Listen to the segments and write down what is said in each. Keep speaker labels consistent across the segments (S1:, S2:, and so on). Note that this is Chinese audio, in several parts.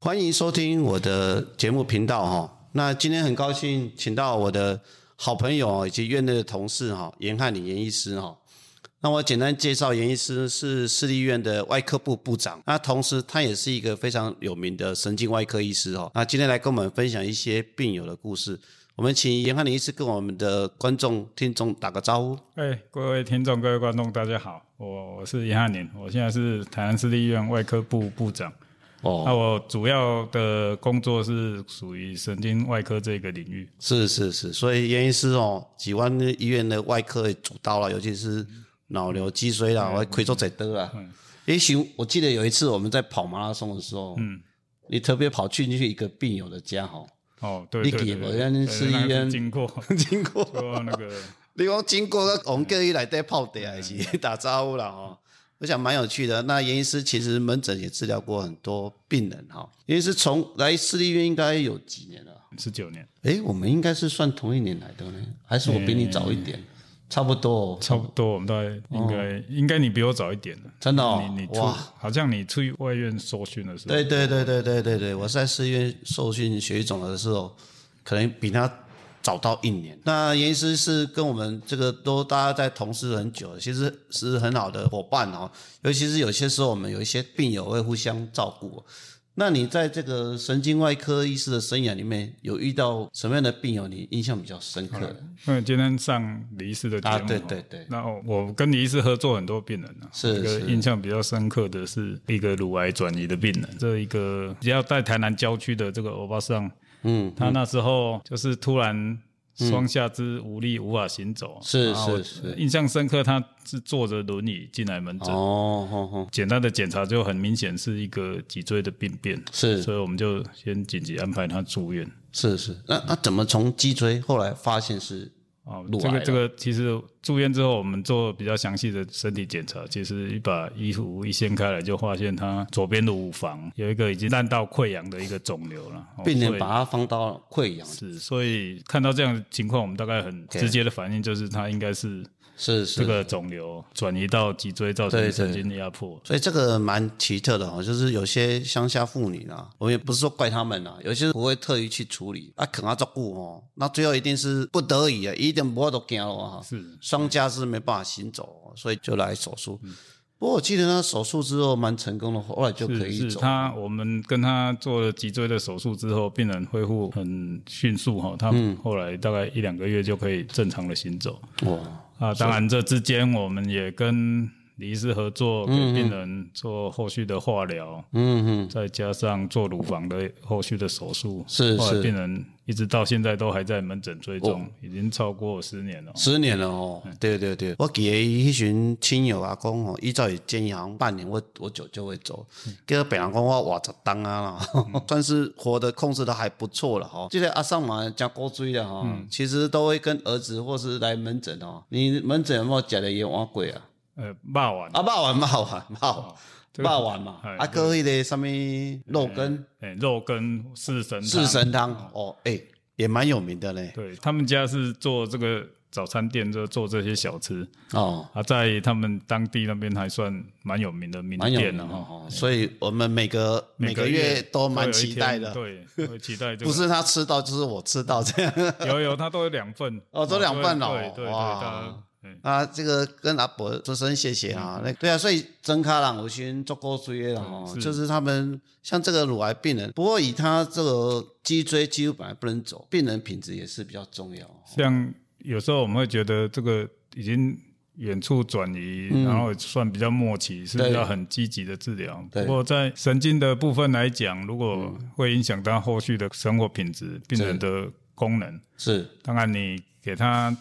S1: 欢迎收听我的节目频道哈。那今天很高兴请到我的好朋友以及院内的同事哈，严汉林严医师哈。那我简单介绍，严医师是市立医院的外科部部长，那同时他也是一个非常有名的神经外科医师哦。那今天来跟我们分享一些病友的故事，我们请严汉林医师跟我们的观众、听众打个招呼。
S2: 哎，各位听众、各位观众，大家好，我我是严汉年，我现在是台南市立医院外科部部长。
S1: 哦
S2: 那我主要的工作是属于神经外科这个领域。
S1: 是是是，所以严医师哦，几万医院的外科的主刀了，尤其是脑瘤、脊髓啦，我亏做在得啦。也许我记得有一次我们在跑马拉松的时候，嗯，你特别跑去去一个病友的家哈，
S2: 哦，对
S1: 你
S2: 对
S1: 记
S2: 对
S1: 得
S2: 对，
S1: 不咱
S2: 对
S1: 市
S2: 那个
S1: 医
S2: 是
S1: 院
S2: 经过
S1: 经过
S2: 说那个
S1: 你讲经过个红哥一来在泡茶还是 打招呼了哈。我想蛮有趣的。那严医师其实门诊也治疗过很多病人哈。严医师从来私立医院应该有几年了？
S2: 十九年，
S1: 诶，我们应该是算同一年来的呢，还是我比你早一点？差不多、哦，
S2: 差不多，我们大概应该、应该你比我早一点了。
S1: 真的、哦
S2: 你你出
S1: 哇！
S2: 好像你出去外院受训的时候，
S1: 对对对对对对对，我在市医院受训学肿瘤的时候，可能比他早到一年。那严医师是跟我们这个都大家在同事很久了，其实是很好的伙伴哦。尤其是有些时候我们有一些病友会互相照顾哦。那你在这个神经外科医师的生涯里面，有遇到什么样的病友你印象比较深刻的？
S2: 因为今天上李医师的节目，
S1: 啊对对对
S2: 那我跟李医师合作很多病人啊，
S1: 是
S2: 一
S1: 是
S2: 个印象比较深刻的是一个乳癌转移的病人，这一个只要在台南郊区的这个欧巴桑，
S1: 嗯，
S2: 他那时候就是突然双下肢无力，无法行走，啊
S1: 是
S2: 然后
S1: 是是
S2: 印象深刻，他是坐着轮椅进来门诊，
S1: 哦，吼吼，
S2: 简单的检查就很明显是一个脊椎的病变，
S1: 是
S2: 所以我们就先紧急安排他住院。
S1: 是是，那那怎么从脊椎后来发现是
S2: 哦
S1: 乳，
S2: 这
S1: 癌
S2: 个
S1: 了
S2: 这个，其实住院之后，我们做比较详细的身体检查，其实一把衣服一掀开来，就发现他左边的乳房有一个已经烂到溃疡的一个肿瘤了。哦
S1: 病
S2: 所
S1: 人
S2: 以
S1: 把它放到溃疡？
S2: 是，所以看到这样的情况，我们大概很直接的反应就是，他应该是
S1: 是是
S2: 这个肿瘤转移到脊椎，造
S1: 对
S2: 成
S1: 对
S2: 神经压迫。
S1: 所以这个蛮奇特的哦，就是有些乡下妇女啊，我们也不是说怪他们啊，有些不会特意去处理，啊，肯要照顾哦，那最后一定是不得已啊，一定不都惊了哈，
S2: 是
S1: 双家是没办法行走哦，所以就来手术。
S2: 嗯
S1: 不过我记得他手术之后蛮成功的，后来就可
S2: 是
S1: 以
S2: 是，
S1: 走。
S2: 他我们跟他做了脊椎的手术之后，病人恢复很迅速哈、哦，他
S1: 嗯
S2: 后来大概一两个月就可以正常的行走。
S1: 哇，
S2: 啊，当然这之间我们也跟李医师合作，给病人做后续的化疗，
S1: 嗯嗯，
S2: 再加上做乳房的后续的手术，
S1: 是
S2: 后
S1: 是哦
S2: 来病人一直到现在都还在门诊追踪，已经超过十年了。
S1: 十年了哦，对对对，我给一群亲友阿公哦，依照也建议好像半年我我舅就会走，跟北洋公我瓦着当啊 啦，算是活得控制的还不错了哈。这个阿上嘛加高追的哈，其实都会跟儿子或是来门诊哦，你门诊有没有假的也碗鬼啊？
S2: 呃，骂完，
S1: 啊，骂完骂完骂完
S2: 这个
S1: 骂完嘛
S2: 哎，
S1: 啊，哥迄个什么肉羹
S2: 哎，肉跟四神汤
S1: 四，神汤哦，哎，也蛮有名的嘞
S2: 对他们家是做这个早餐店，就做这些小吃
S1: 哦。
S2: 啊，在他们当地那边还算蛮有名的名
S1: 蛮有
S2: 店
S1: 名
S2: 了
S1: 的
S2: 哈。
S1: 哈，所以我们每个每个月都蛮期待的，
S2: 都有一天对，会 期待这个
S1: 不是他吃到就是我吃到这样
S2: 有有，他都有两份
S1: 哦都两份哦
S2: 对对对，
S1: 哇
S2: 他嗯
S1: 啊。这个跟阿伯说声谢谢啊，那对啊，所以曾卡朗我先做过追了哈，
S2: 是
S1: 哦就是他们像这个乳癌病人，不过以他这个脊椎几乎本来不能走，病人品质也是比较重要。
S2: 像有时候我们会觉得这个已经远处转移，
S1: 嗯
S2: 然后算比较末期，是
S1: 对
S2: 要很积极的治疗。
S1: 对嗯
S2: 不过在神经的部分来讲，如果会影响到后续的生活品质、病人的功能，
S1: 是
S2: 当然你给他。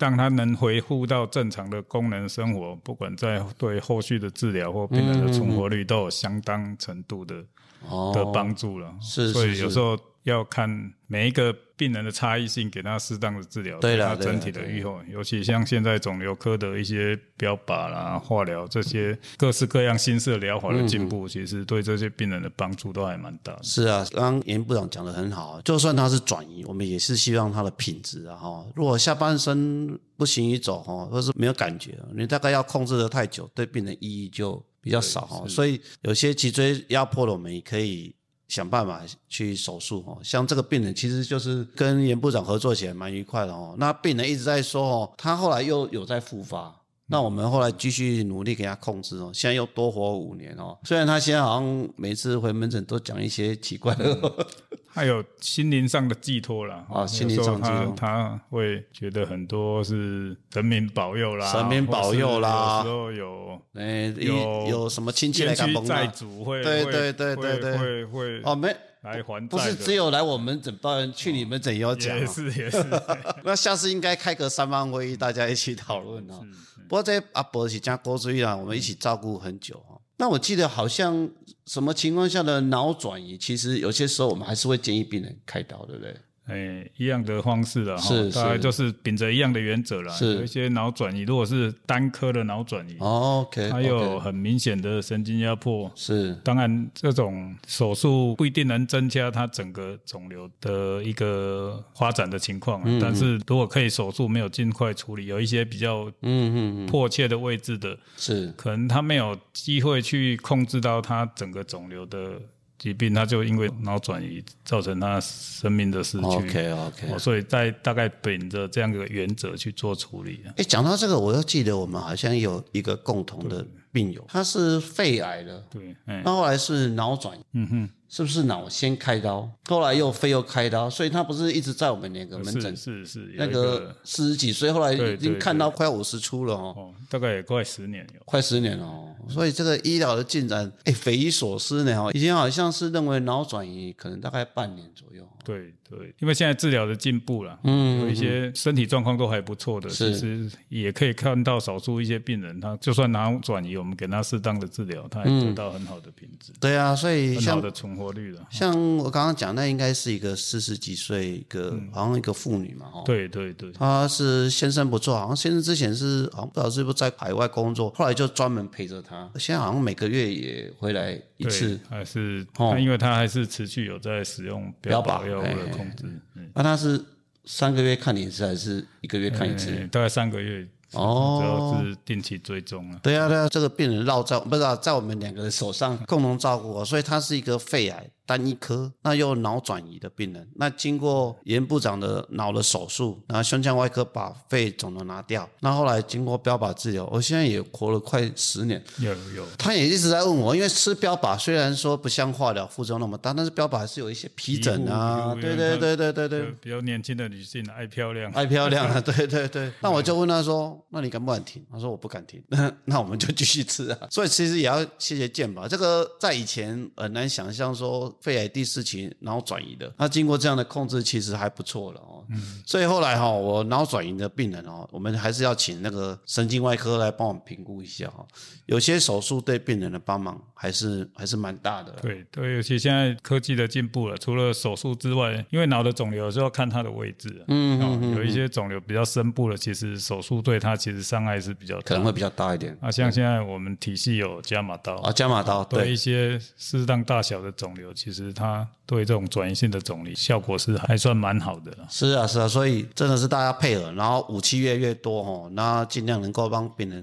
S2: 让他能恢复到正常的功能生活，不管在对后续的治疗或病人的存
S1: 嗯
S2: 活率都有相当程度的的
S1: 哦，
S2: 帮助了。
S1: 是
S2: 所
S1: 是
S2: 以
S1: 是
S2: 有时候要看每一个病人的差异性，给他适当的治疗，
S1: 对
S2: 给
S1: 啦
S2: 他整体
S1: 对
S2: 的
S1: 啦
S2: 预后。尤其像现在肿瘤科的一些标靶啦、化疗这些各式各样新式的疗法的进步，
S1: 嗯
S2: 其实对这些病人的帮助都还蛮大的。
S1: 是啊，刚刚严部长讲的很好，啊就算他是转移，我们也是希望他的品质啊哈。如果下半身不行于走哈，或是没有感觉，你大概要控制的太久，对病人意义就比较少哈。所以有些脊椎压迫了，我们也可以想办法去手术哦。像这个病人，其实就是跟严部长合作起来蛮愉快的哦。那病人一直在说哦，他后来又有在复
S2: 嗯
S1: 发。那我们后来继续努力给他控制哦，现在又多活五年哦。虽然他现在好像每次回门诊都讲一些奇怪的，
S2: 嗯还有心灵上的寄托啦。
S1: 啊
S2: 有
S1: 心灵上的寄托
S2: 时候他他会觉得很多是神明保佑啦，
S1: 神明保佑啦
S2: 或是有时候有
S1: 哎，一
S2: 有
S1: 有什么亲戚来
S2: 冤
S1: 干
S2: 屈
S1: 崩
S2: 债
S1: 啊？
S2: 主会，
S1: 对
S2: 会
S1: 对对对对
S2: 会会
S1: 哦，
S2: 会
S1: 没，
S2: 来还债的，
S1: 不是只有来我们诊报人，去你们诊也要讲、
S2: 也
S1: 哦。
S2: 是也是，
S1: 那下次应该开个三方会议，大家一起讨论哦。不过这阿伯是加郭主任啊，我们一起照顾很久哦。那我记得好像什么情况下的脑转移，其实有些时候我们还是会建议病人开刀，对不对？
S2: 哎，一样的方式了哈
S1: 是，
S2: 大概
S1: 是
S2: 就是秉着一样的原则啦。
S1: 是
S2: 有一些脑转移，如果是单颗的脑转移，
S1: 哦 OK，
S2: 嗯还有
S1: OK，
S2: 很明显的神经压迫。
S1: 是
S2: 当然，这种手术不一定能增加它整个肿瘤的一个发展的情况、啊，
S1: 嗯
S2: 但是如果可以手术没有尽快处理，有一些比较
S1: 嗯嗯嗯，
S2: 迫切的位置的，
S1: 是
S2: 可能他没有机会去控制到他整个肿瘤的疾病，他就因为脑转移造成他生命的失去。
S1: OK OK
S2: 哦，。所以在大概秉着这样的原则去做处理啊。
S1: 哎，讲到这个，我又记得我们好像有一个共同的病友，他是肺癌的，
S2: 对，哎、
S1: 那后来是脑转移。
S2: 嗯哼，
S1: 是不是脑先开刀，后来又肺又开刀，所以他不是一直在我们两个门诊
S2: 是是是，有
S1: 那
S2: 一
S1: 个四十几岁，后来
S2: 对
S1: 已经
S2: 对
S1: 看到快五十出了哦，
S2: 哦，大概也快十年有。
S1: 快十年了哦。所以这个医疗的进展，哎，匪夷所思呢哦。以前好像是认为脑转移可能大概半年左右，
S2: 对对，因为现在治疗的进步了，
S1: 嗯
S2: 有一些身体状况都还不错的，
S1: 是
S2: 其实也可以看到少数一些病人，他就算脑转移，我们给他适当的治疗，他也得到很好的品质，
S1: 对啊，所以
S2: 很好
S1: 像
S2: 的存活率了。
S1: 像我刚刚讲，那应该是一个四十几岁一个、好像一个妇女嘛哦。
S2: 嗯对对对，
S1: 她是先生不错，好像先生之前是好像不知道是不是在海外工作，后来就专门陪着她，现在好像每个月也回来一
S2: 对
S1: 次。
S2: 还是
S1: 哦
S2: 他，因为他还是持续有在使用
S1: 标
S2: 标
S1: 靶
S2: 靶药物
S1: 哎
S2: 的控制，嗯，
S1: 那、她是三个月看你一次，还是一个月看一次？
S2: 哎大概三个月，
S1: 哦
S2: 只要是定期追踪啊。
S1: 对啊，对啊，这个病人落在不是、啊、在我们两个人手上共同照顾、哦，所以他是一个肺癌单一科，那又脑转移的病人。那经过严部长的脑的手术，然后胸腔外科把肺肿瘤拿掉，那后来经过标靶治疗，我现在也活了快十年。
S2: 有有，
S1: 他也一直在问我，因为吃标靶虽然说不像化疗副作用那么大，但是标靶还是有一些皮疹啊，
S2: 皮肤
S1: 对
S2: 皮肤
S1: 对对对对对
S2: 就，比较年轻的女性爱 漂亮，
S1: 爱漂亮啊，对对对。那我就问他说：“那你敢不敢停？”他说：“我不敢停。” 那我们就继续吃啊。 所以其实也要谢谢健保，这个在以前很难想象说肺癌第四期脑转移的，那经过这样的控制，其实还不错了哦。所以后来哈、我脑转移的病人哦，我们还是要请那个神经外科来帮我们评估一下哦。有些手术对病人的帮忙还是还是蛮大的啦。
S2: 对对，尤其现在科技的进步了，除了手术之外，因为脑的肿瘤有时候要看它的位置、啊，嗯有一些肿瘤比较深部的，其实手术对它其实伤害是比较
S1: 可
S2: 大
S1: 能。会比较大一点
S2: 啊，像现在我们体系有伽马刀，
S1: 啊，加码刀
S2: 对一
S1: 对
S2: 些适当大小的肿瘤，其实它对这种转移性的肿瘤效果是还算蛮好的啦。
S1: 是啊，是啊，所以真的是大家配合，然后武器越越多哦，那尽量能够帮病人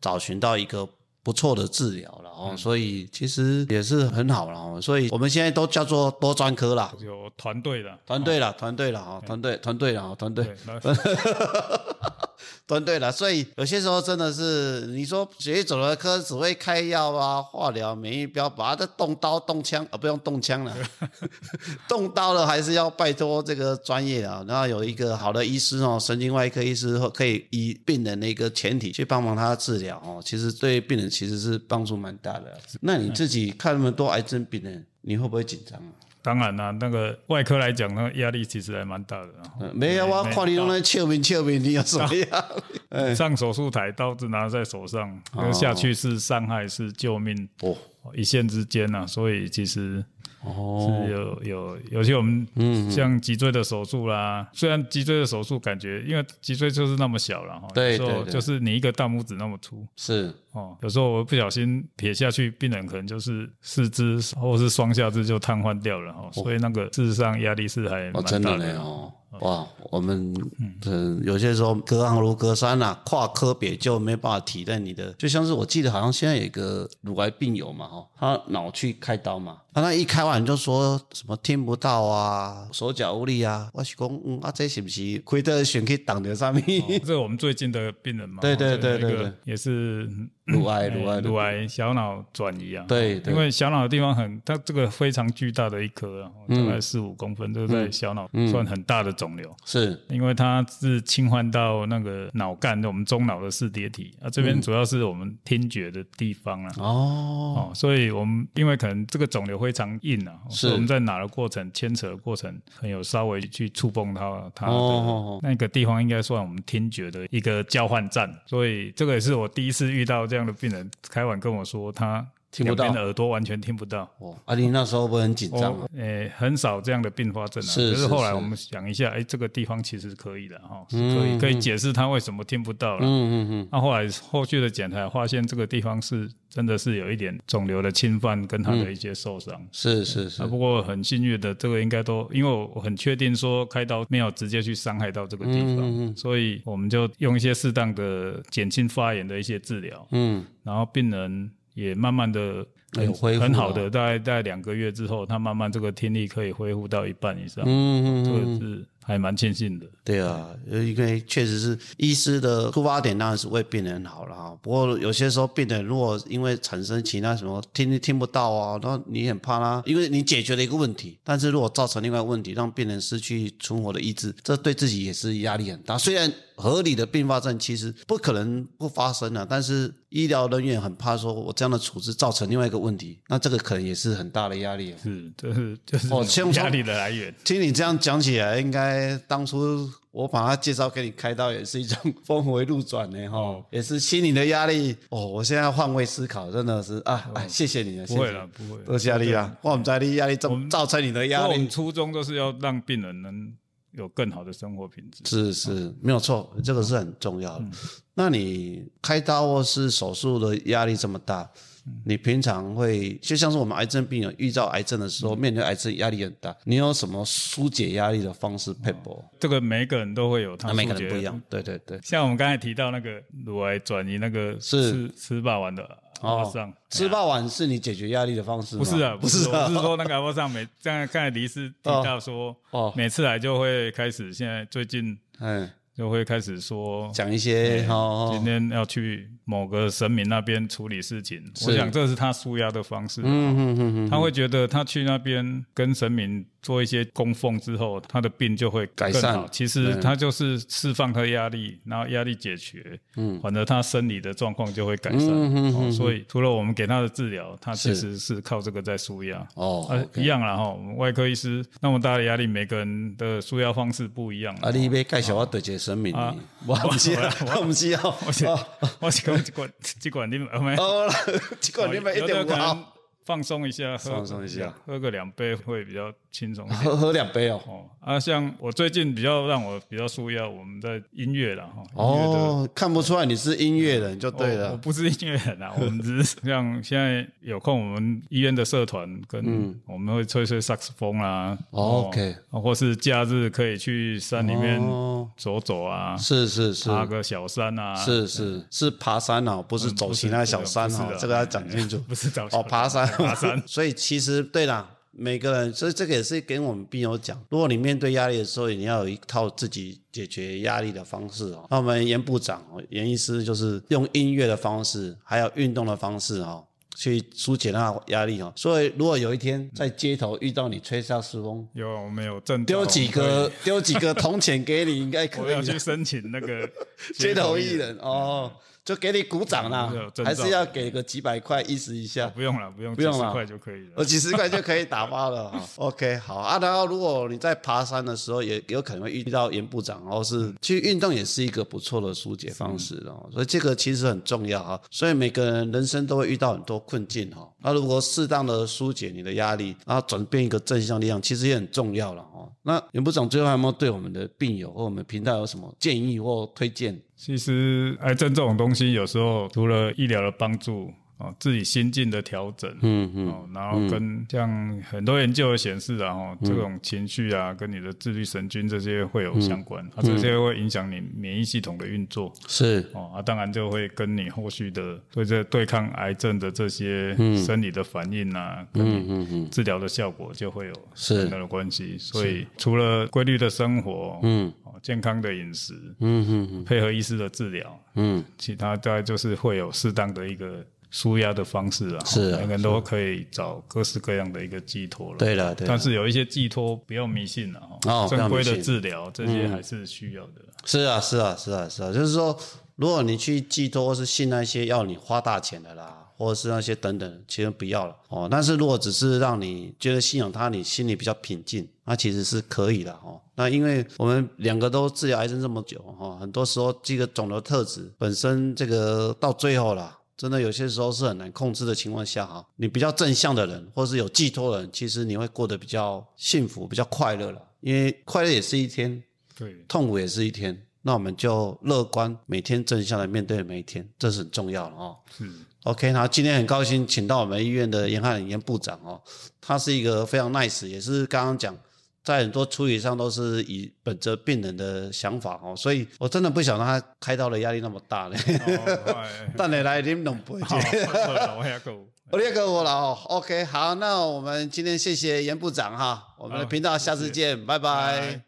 S1: 找寻到一个不错的治疗了哦，所以其实也是很好了哦，所以我们现在都叫做多专科啦，
S2: 有团队的，
S1: 团队啦，团队啦，哦，团队，团队啦，哦，团队
S2: 对，，那
S1: 团队啦，所以有些时候真的是，你说血液肿瘤科只会开药啊、化疗、免疫标靶，把它动刀动枪啊，不用动枪了， 动刀了还是要拜托这个专业啊。然后有一个好的医师哦，神经外科医师可以以病人的一个前提去帮忙他治疗哦，其实对病人其实是帮助蛮大 的。啊那你自己看那么多癌症病人，你会不会紧张啊？
S2: 当然啦、那个外科来讲，那个压力其实还蛮大的啊。
S1: 呃没有啊，
S2: 没哎
S1: 看你用那笑面笑面，你有什么呀？
S2: 上手术台，刀子拿在手上，
S1: 哦
S2: 跟下去是伤害，是救命，
S1: 哦
S2: 一线之间呐、啊。所以其实
S1: 哦，
S2: 是有有，尤其我们像脊椎的手术
S1: 嗯
S2: 啦，虽然脊椎的手术感觉，因为脊椎就是那么小了哈，
S1: 对
S2: 有时候
S1: 对对
S2: 就是你一个大拇指那么粗
S1: 是
S2: 哦，有时候我不小心撇下去，病人可能就是四肢或是双下肢就瘫痪掉了哈，所以那个事实上压力是还
S1: 哦，
S2: 蛮
S1: 真
S2: 大
S1: 的
S2: 的
S1: 呢。哦，哇，我们嗯、有些时候隔行如隔山啊，跨科别就没办法体认你的，就像是我记得好像现在有一个乳癌病友嘛，哈、哦，他脑去开刀嘛，啊，那一开完就说什么听不到啊，手脚无力啊，我是讲，嗯，啊，这是不是亏得选去挡着上面？
S2: 哦这是我们最近的病人嘛？
S1: 对
S2: 哦
S1: 对
S2: 这
S1: 对对
S2: 一个
S1: 对
S2: 也是哎
S1: 乳癌，乳癌，
S2: 乳癌小脑转移啊。
S1: 对对
S2: 因为小脑的地方很，它这个非常巨大的一颗啊，大
S1: 嗯
S2: 概四五公分，这个在小脑算很大的肿瘤。
S1: 是，
S2: 因为它是侵犯到那个脑干，我们中脑的视蝶体啊，这
S1: 嗯
S2: 边主要是我们听觉的地方啊。
S1: 哦，
S2: 哦，所以我们因为可能这个肿瘤非常硬啊，所以我们在拿的过程、牵扯的过程，很有稍微去触碰到它
S1: 哦
S2: 的那个地方，应该算我们听觉的一个交换站。所以这个也是我第一次遇到这样的病人，开完跟我说他
S1: 听不到
S2: 两边的耳朵完全听不到。
S1: 哦，啊，你那时候不会很紧张吗
S2: 哦？，诶，很少这样的并发症啊。
S1: 是
S2: 可
S1: 是
S2: 是后来
S1: 是
S2: 我们想一下，诶，这个地方其实可以的哈，是可
S1: 嗯
S2: 以可以解释他为什么听不到了。
S1: 嗯嗯嗯，
S2: 那后来后续的检查发现，这个地方是真的是有一点肿瘤的侵犯跟他的一些受伤。
S1: 是是嗯是
S2: 啊，，不过很幸运的，这个应该都因为我很确定说开刀没有直接去伤害到这个地
S1: 嗯
S2: 方，所以我们就用一些适当的减轻发炎的一些治疗，
S1: 嗯，
S2: 然后病人也慢慢的
S1: 有恢复了
S2: 很好的，大概在两个月之后，他慢慢这个听力可以恢复到一半以上，
S1: 嗯嗯
S2: 这
S1: 嗯，
S2: 个是还蛮庆幸的。
S1: 对啊，因为确实是医师的出发点当然是为病人好了哈。不过有些时候病人如果因为产生其他什么听听不到啊，然后你很怕他，因为你解决了一个问题，但是如果造成另外一个问题，让病人失去存活的意志，这对自己也是压力很大。虽然合理的并发症其实不可能不发生啊，但是医疗人员很怕说我这样的处置造成另外一个问题，那这个可能也是很大的压力、啊。
S2: 是，这是就是
S1: 哦先
S2: 压力的来源。
S1: 听你这样讲起来，应该当初我把他介绍给你开刀，也是一种 峰回路转呢，哈、
S2: 哦
S1: 也是心理的压力。哦，我现在换位思考，真的是啊，哎，谢谢你了，
S2: 不会
S1: 了
S2: 了，，不会啦。
S1: 多谢压力啊啦，哇我们压力压力造造成你的
S2: 因为
S1: 压
S2: 我们
S1: 力，
S2: 初衷都是要让病人能有更好的生活品质。
S1: 是是
S2: 嗯
S1: 没有错，这个是很重要的。那你开刀或是手术的压力这么大，
S2: 嗯
S1: 你平常会就像是我们癌症病人遇到癌症的时
S2: 嗯
S1: 候，面对癌症压力很大，你有什么疏解压力的方式配合？
S2: 这个每个人都会有他
S1: 那
S2: 疏
S1: 啊每
S2: 解
S1: 个
S2: 的
S1: 人不一样，对对啊对。
S2: 像我们刚才提到那个乳癌转移那个
S1: 是
S2: 吃吃霸王的阿
S1: 哦
S2: 上，
S1: 吃霸王是你解决压力的方式吗？
S2: 不是啊，
S1: 不
S2: 不
S1: 是
S2: 是，我
S1: 啊
S2: 是，说那个阿波上每 刚才刚才黎师提到说，
S1: 哦
S2: 每次来就会开始，现在最近
S1: 嗯，
S2: 就会开始说。
S1: 讲一些
S2: 今
S1: 哦，
S2: 天要去某个神明那边处理事情，
S1: 是
S2: 我想这是他舒压的方式。啊
S1: 嗯嗯嗯嗯，
S2: 他会觉得他去那边跟神明做一些供奉之后，他的病就会
S1: 改
S2: 更好
S1: 善
S2: 其实他就是释放他的压力，然后压力解决，嗯，反而他生理的状况就会改善。
S1: 嗯
S2: 哦、所以除了我们给他的治疗，他其实是靠这个在舒压。
S1: 哦
S2: 啊，
S1: ，OK
S2: 一样啦哈，我们外科医师那么大的压力，每个人的舒压方式不一样啦。
S1: 啊，你被介绍我对一个神明
S2: 啊
S1: 呢，我不需要，我不需要，
S2: 我是
S1: 哦，
S2: 我是讲，这管这管你们有没有
S1: 哦， 结果你们一
S2: 有的
S1: 点五
S2: 可能
S1: 毫，
S2: 放松一下，喝
S1: 放松一下，
S2: 喝个两杯会比较轻松一点。
S1: 喝喝两杯哦，
S2: 哦啊，像我最近比较让我比较舒压，我们在音乐了哈。音乐的哦
S1: 哦，看不出来你是音乐人就对
S2: 我我
S1: 了，
S2: 不是音乐人啊， 我们只是像现在有空，我们医院的社团跟我们会吹吹萨克斯风啦。
S1: 嗯哦 OK
S2: 哦或是假日可以去山里面
S1: 哦
S2: 走走啊，
S1: 是是是。
S2: 爬个小山啊，嗯
S1: 是是是爬山哦，不是走其他小山
S2: 不是
S1: 哦
S2: 不是，的
S1: 这个要讲清楚。
S2: 不是找
S1: 哦，爬山，。
S2: 爬山
S1: 所以其实对啦，每个人，所以这个也是跟我们病友讲，如果你面对压力的时候，你要有一套自己解决压力的方式哦。那我们严部长、哦、严医师就是用音乐的方式，还有运动的方式哦。去疏解那压力哦，所以如果有一天在街头遇到你吹萨克斯风，
S2: 有我们有证照
S1: 丢几
S2: 我
S1: 个哦丢几个铜钱给你，应该 可
S2: 可以，我
S1: 以
S2: 要
S1: 啊。
S2: 去申请那个
S1: 街头艺人哦，就给你鼓掌啦
S2: 有，征兆
S1: 还是要给个几百块意思一下。
S2: 不用了，呃不用，
S1: 不用
S2: 几十
S1: 了
S2: 块就可以了
S1: 我。几十块就可以打发了哈。OK，好啊。然后如果你在爬山的时候，也有可能会遇到严部长，然后是去运动也是一个不错的疏解方式哦。所以这个其实很重要啊。所以每个人人生都会遇到很多困境哈。那如果适当的疏解你的压力，然后转变一个正向力量，其实也很重要了哦。那严部长最后还有没有对我们的病友或我们频道有什么建议或推荐？
S2: 其实癌症这种东西，有时候除了医疗的帮助，哦，自己心境的调整，
S1: 嗯嗯
S2: 哦，然后跟像很多研究也显示啊，哦，
S1: 嗯
S2: 这种情绪啊，跟你的自律神经这些会有相关，啊，这些会影响你免疫系统的运作，
S1: 是
S2: 哦，啊，当然就会跟你后续的对这对抗癌症的这些生理的反应啊，跟
S1: 嗯嗯
S2: 你治疗的效果就会有
S1: 是
S2: 很大的关系。所以除了规律的生活，嗯，哦，健康的饮食，
S1: 嗯嗯嗯
S2: 配合医师的治疗，
S1: 嗯，
S2: 其他大概就是会有适当的一个舒压的方式啊，
S1: 是啊
S2: 每个人都可以找各式各样的一个寄托了。
S1: 对了对了
S2: 但是有一些寄托不要迷信了啊
S1: 哦不要
S2: 正
S1: 迷
S2: 规的
S1: 信
S2: 治疗这些还是需要的。
S1: 是啊是啊是啊是啊，就是说，如果你去寄托或是信那些要你花大钱的啦，或者是那些等等，其实不要了哦。但是如果只是让你觉得信仰它，你心里比较平静，那其实是可以的哦。那因为我们两个都治疗癌症这么久哦，很多时候这个肿瘤特质本身这个到最后啦，真的有些时候是很难控制的情况下哈，你比较正向的人，或是有寄托的人，其实你会过得比较幸福、比较快乐了。因为快乐也是一天，
S2: 对，
S1: 痛苦也是一天，那我们就乐观，每天正向的面对每一天，这是很重要的哦。
S2: 是
S1: OK，然后今天很高兴请到我们医院的严汉林严部长哦，他是一个非常 nice，也是刚刚讲在很多处理上都是以本着病人的想法哦，所以我真的不想让他开刀的压力那么大嘞。
S2: 哦哎
S1: 但你来啉两杯，
S2: 好，饿了我也够。
S1: 我列给我了哦。OK，好，那我们今天谢谢严部长哈，我们的
S2: 好
S1: 频道下次
S2: 谢谢
S1: 见，拜拜
S2: 拜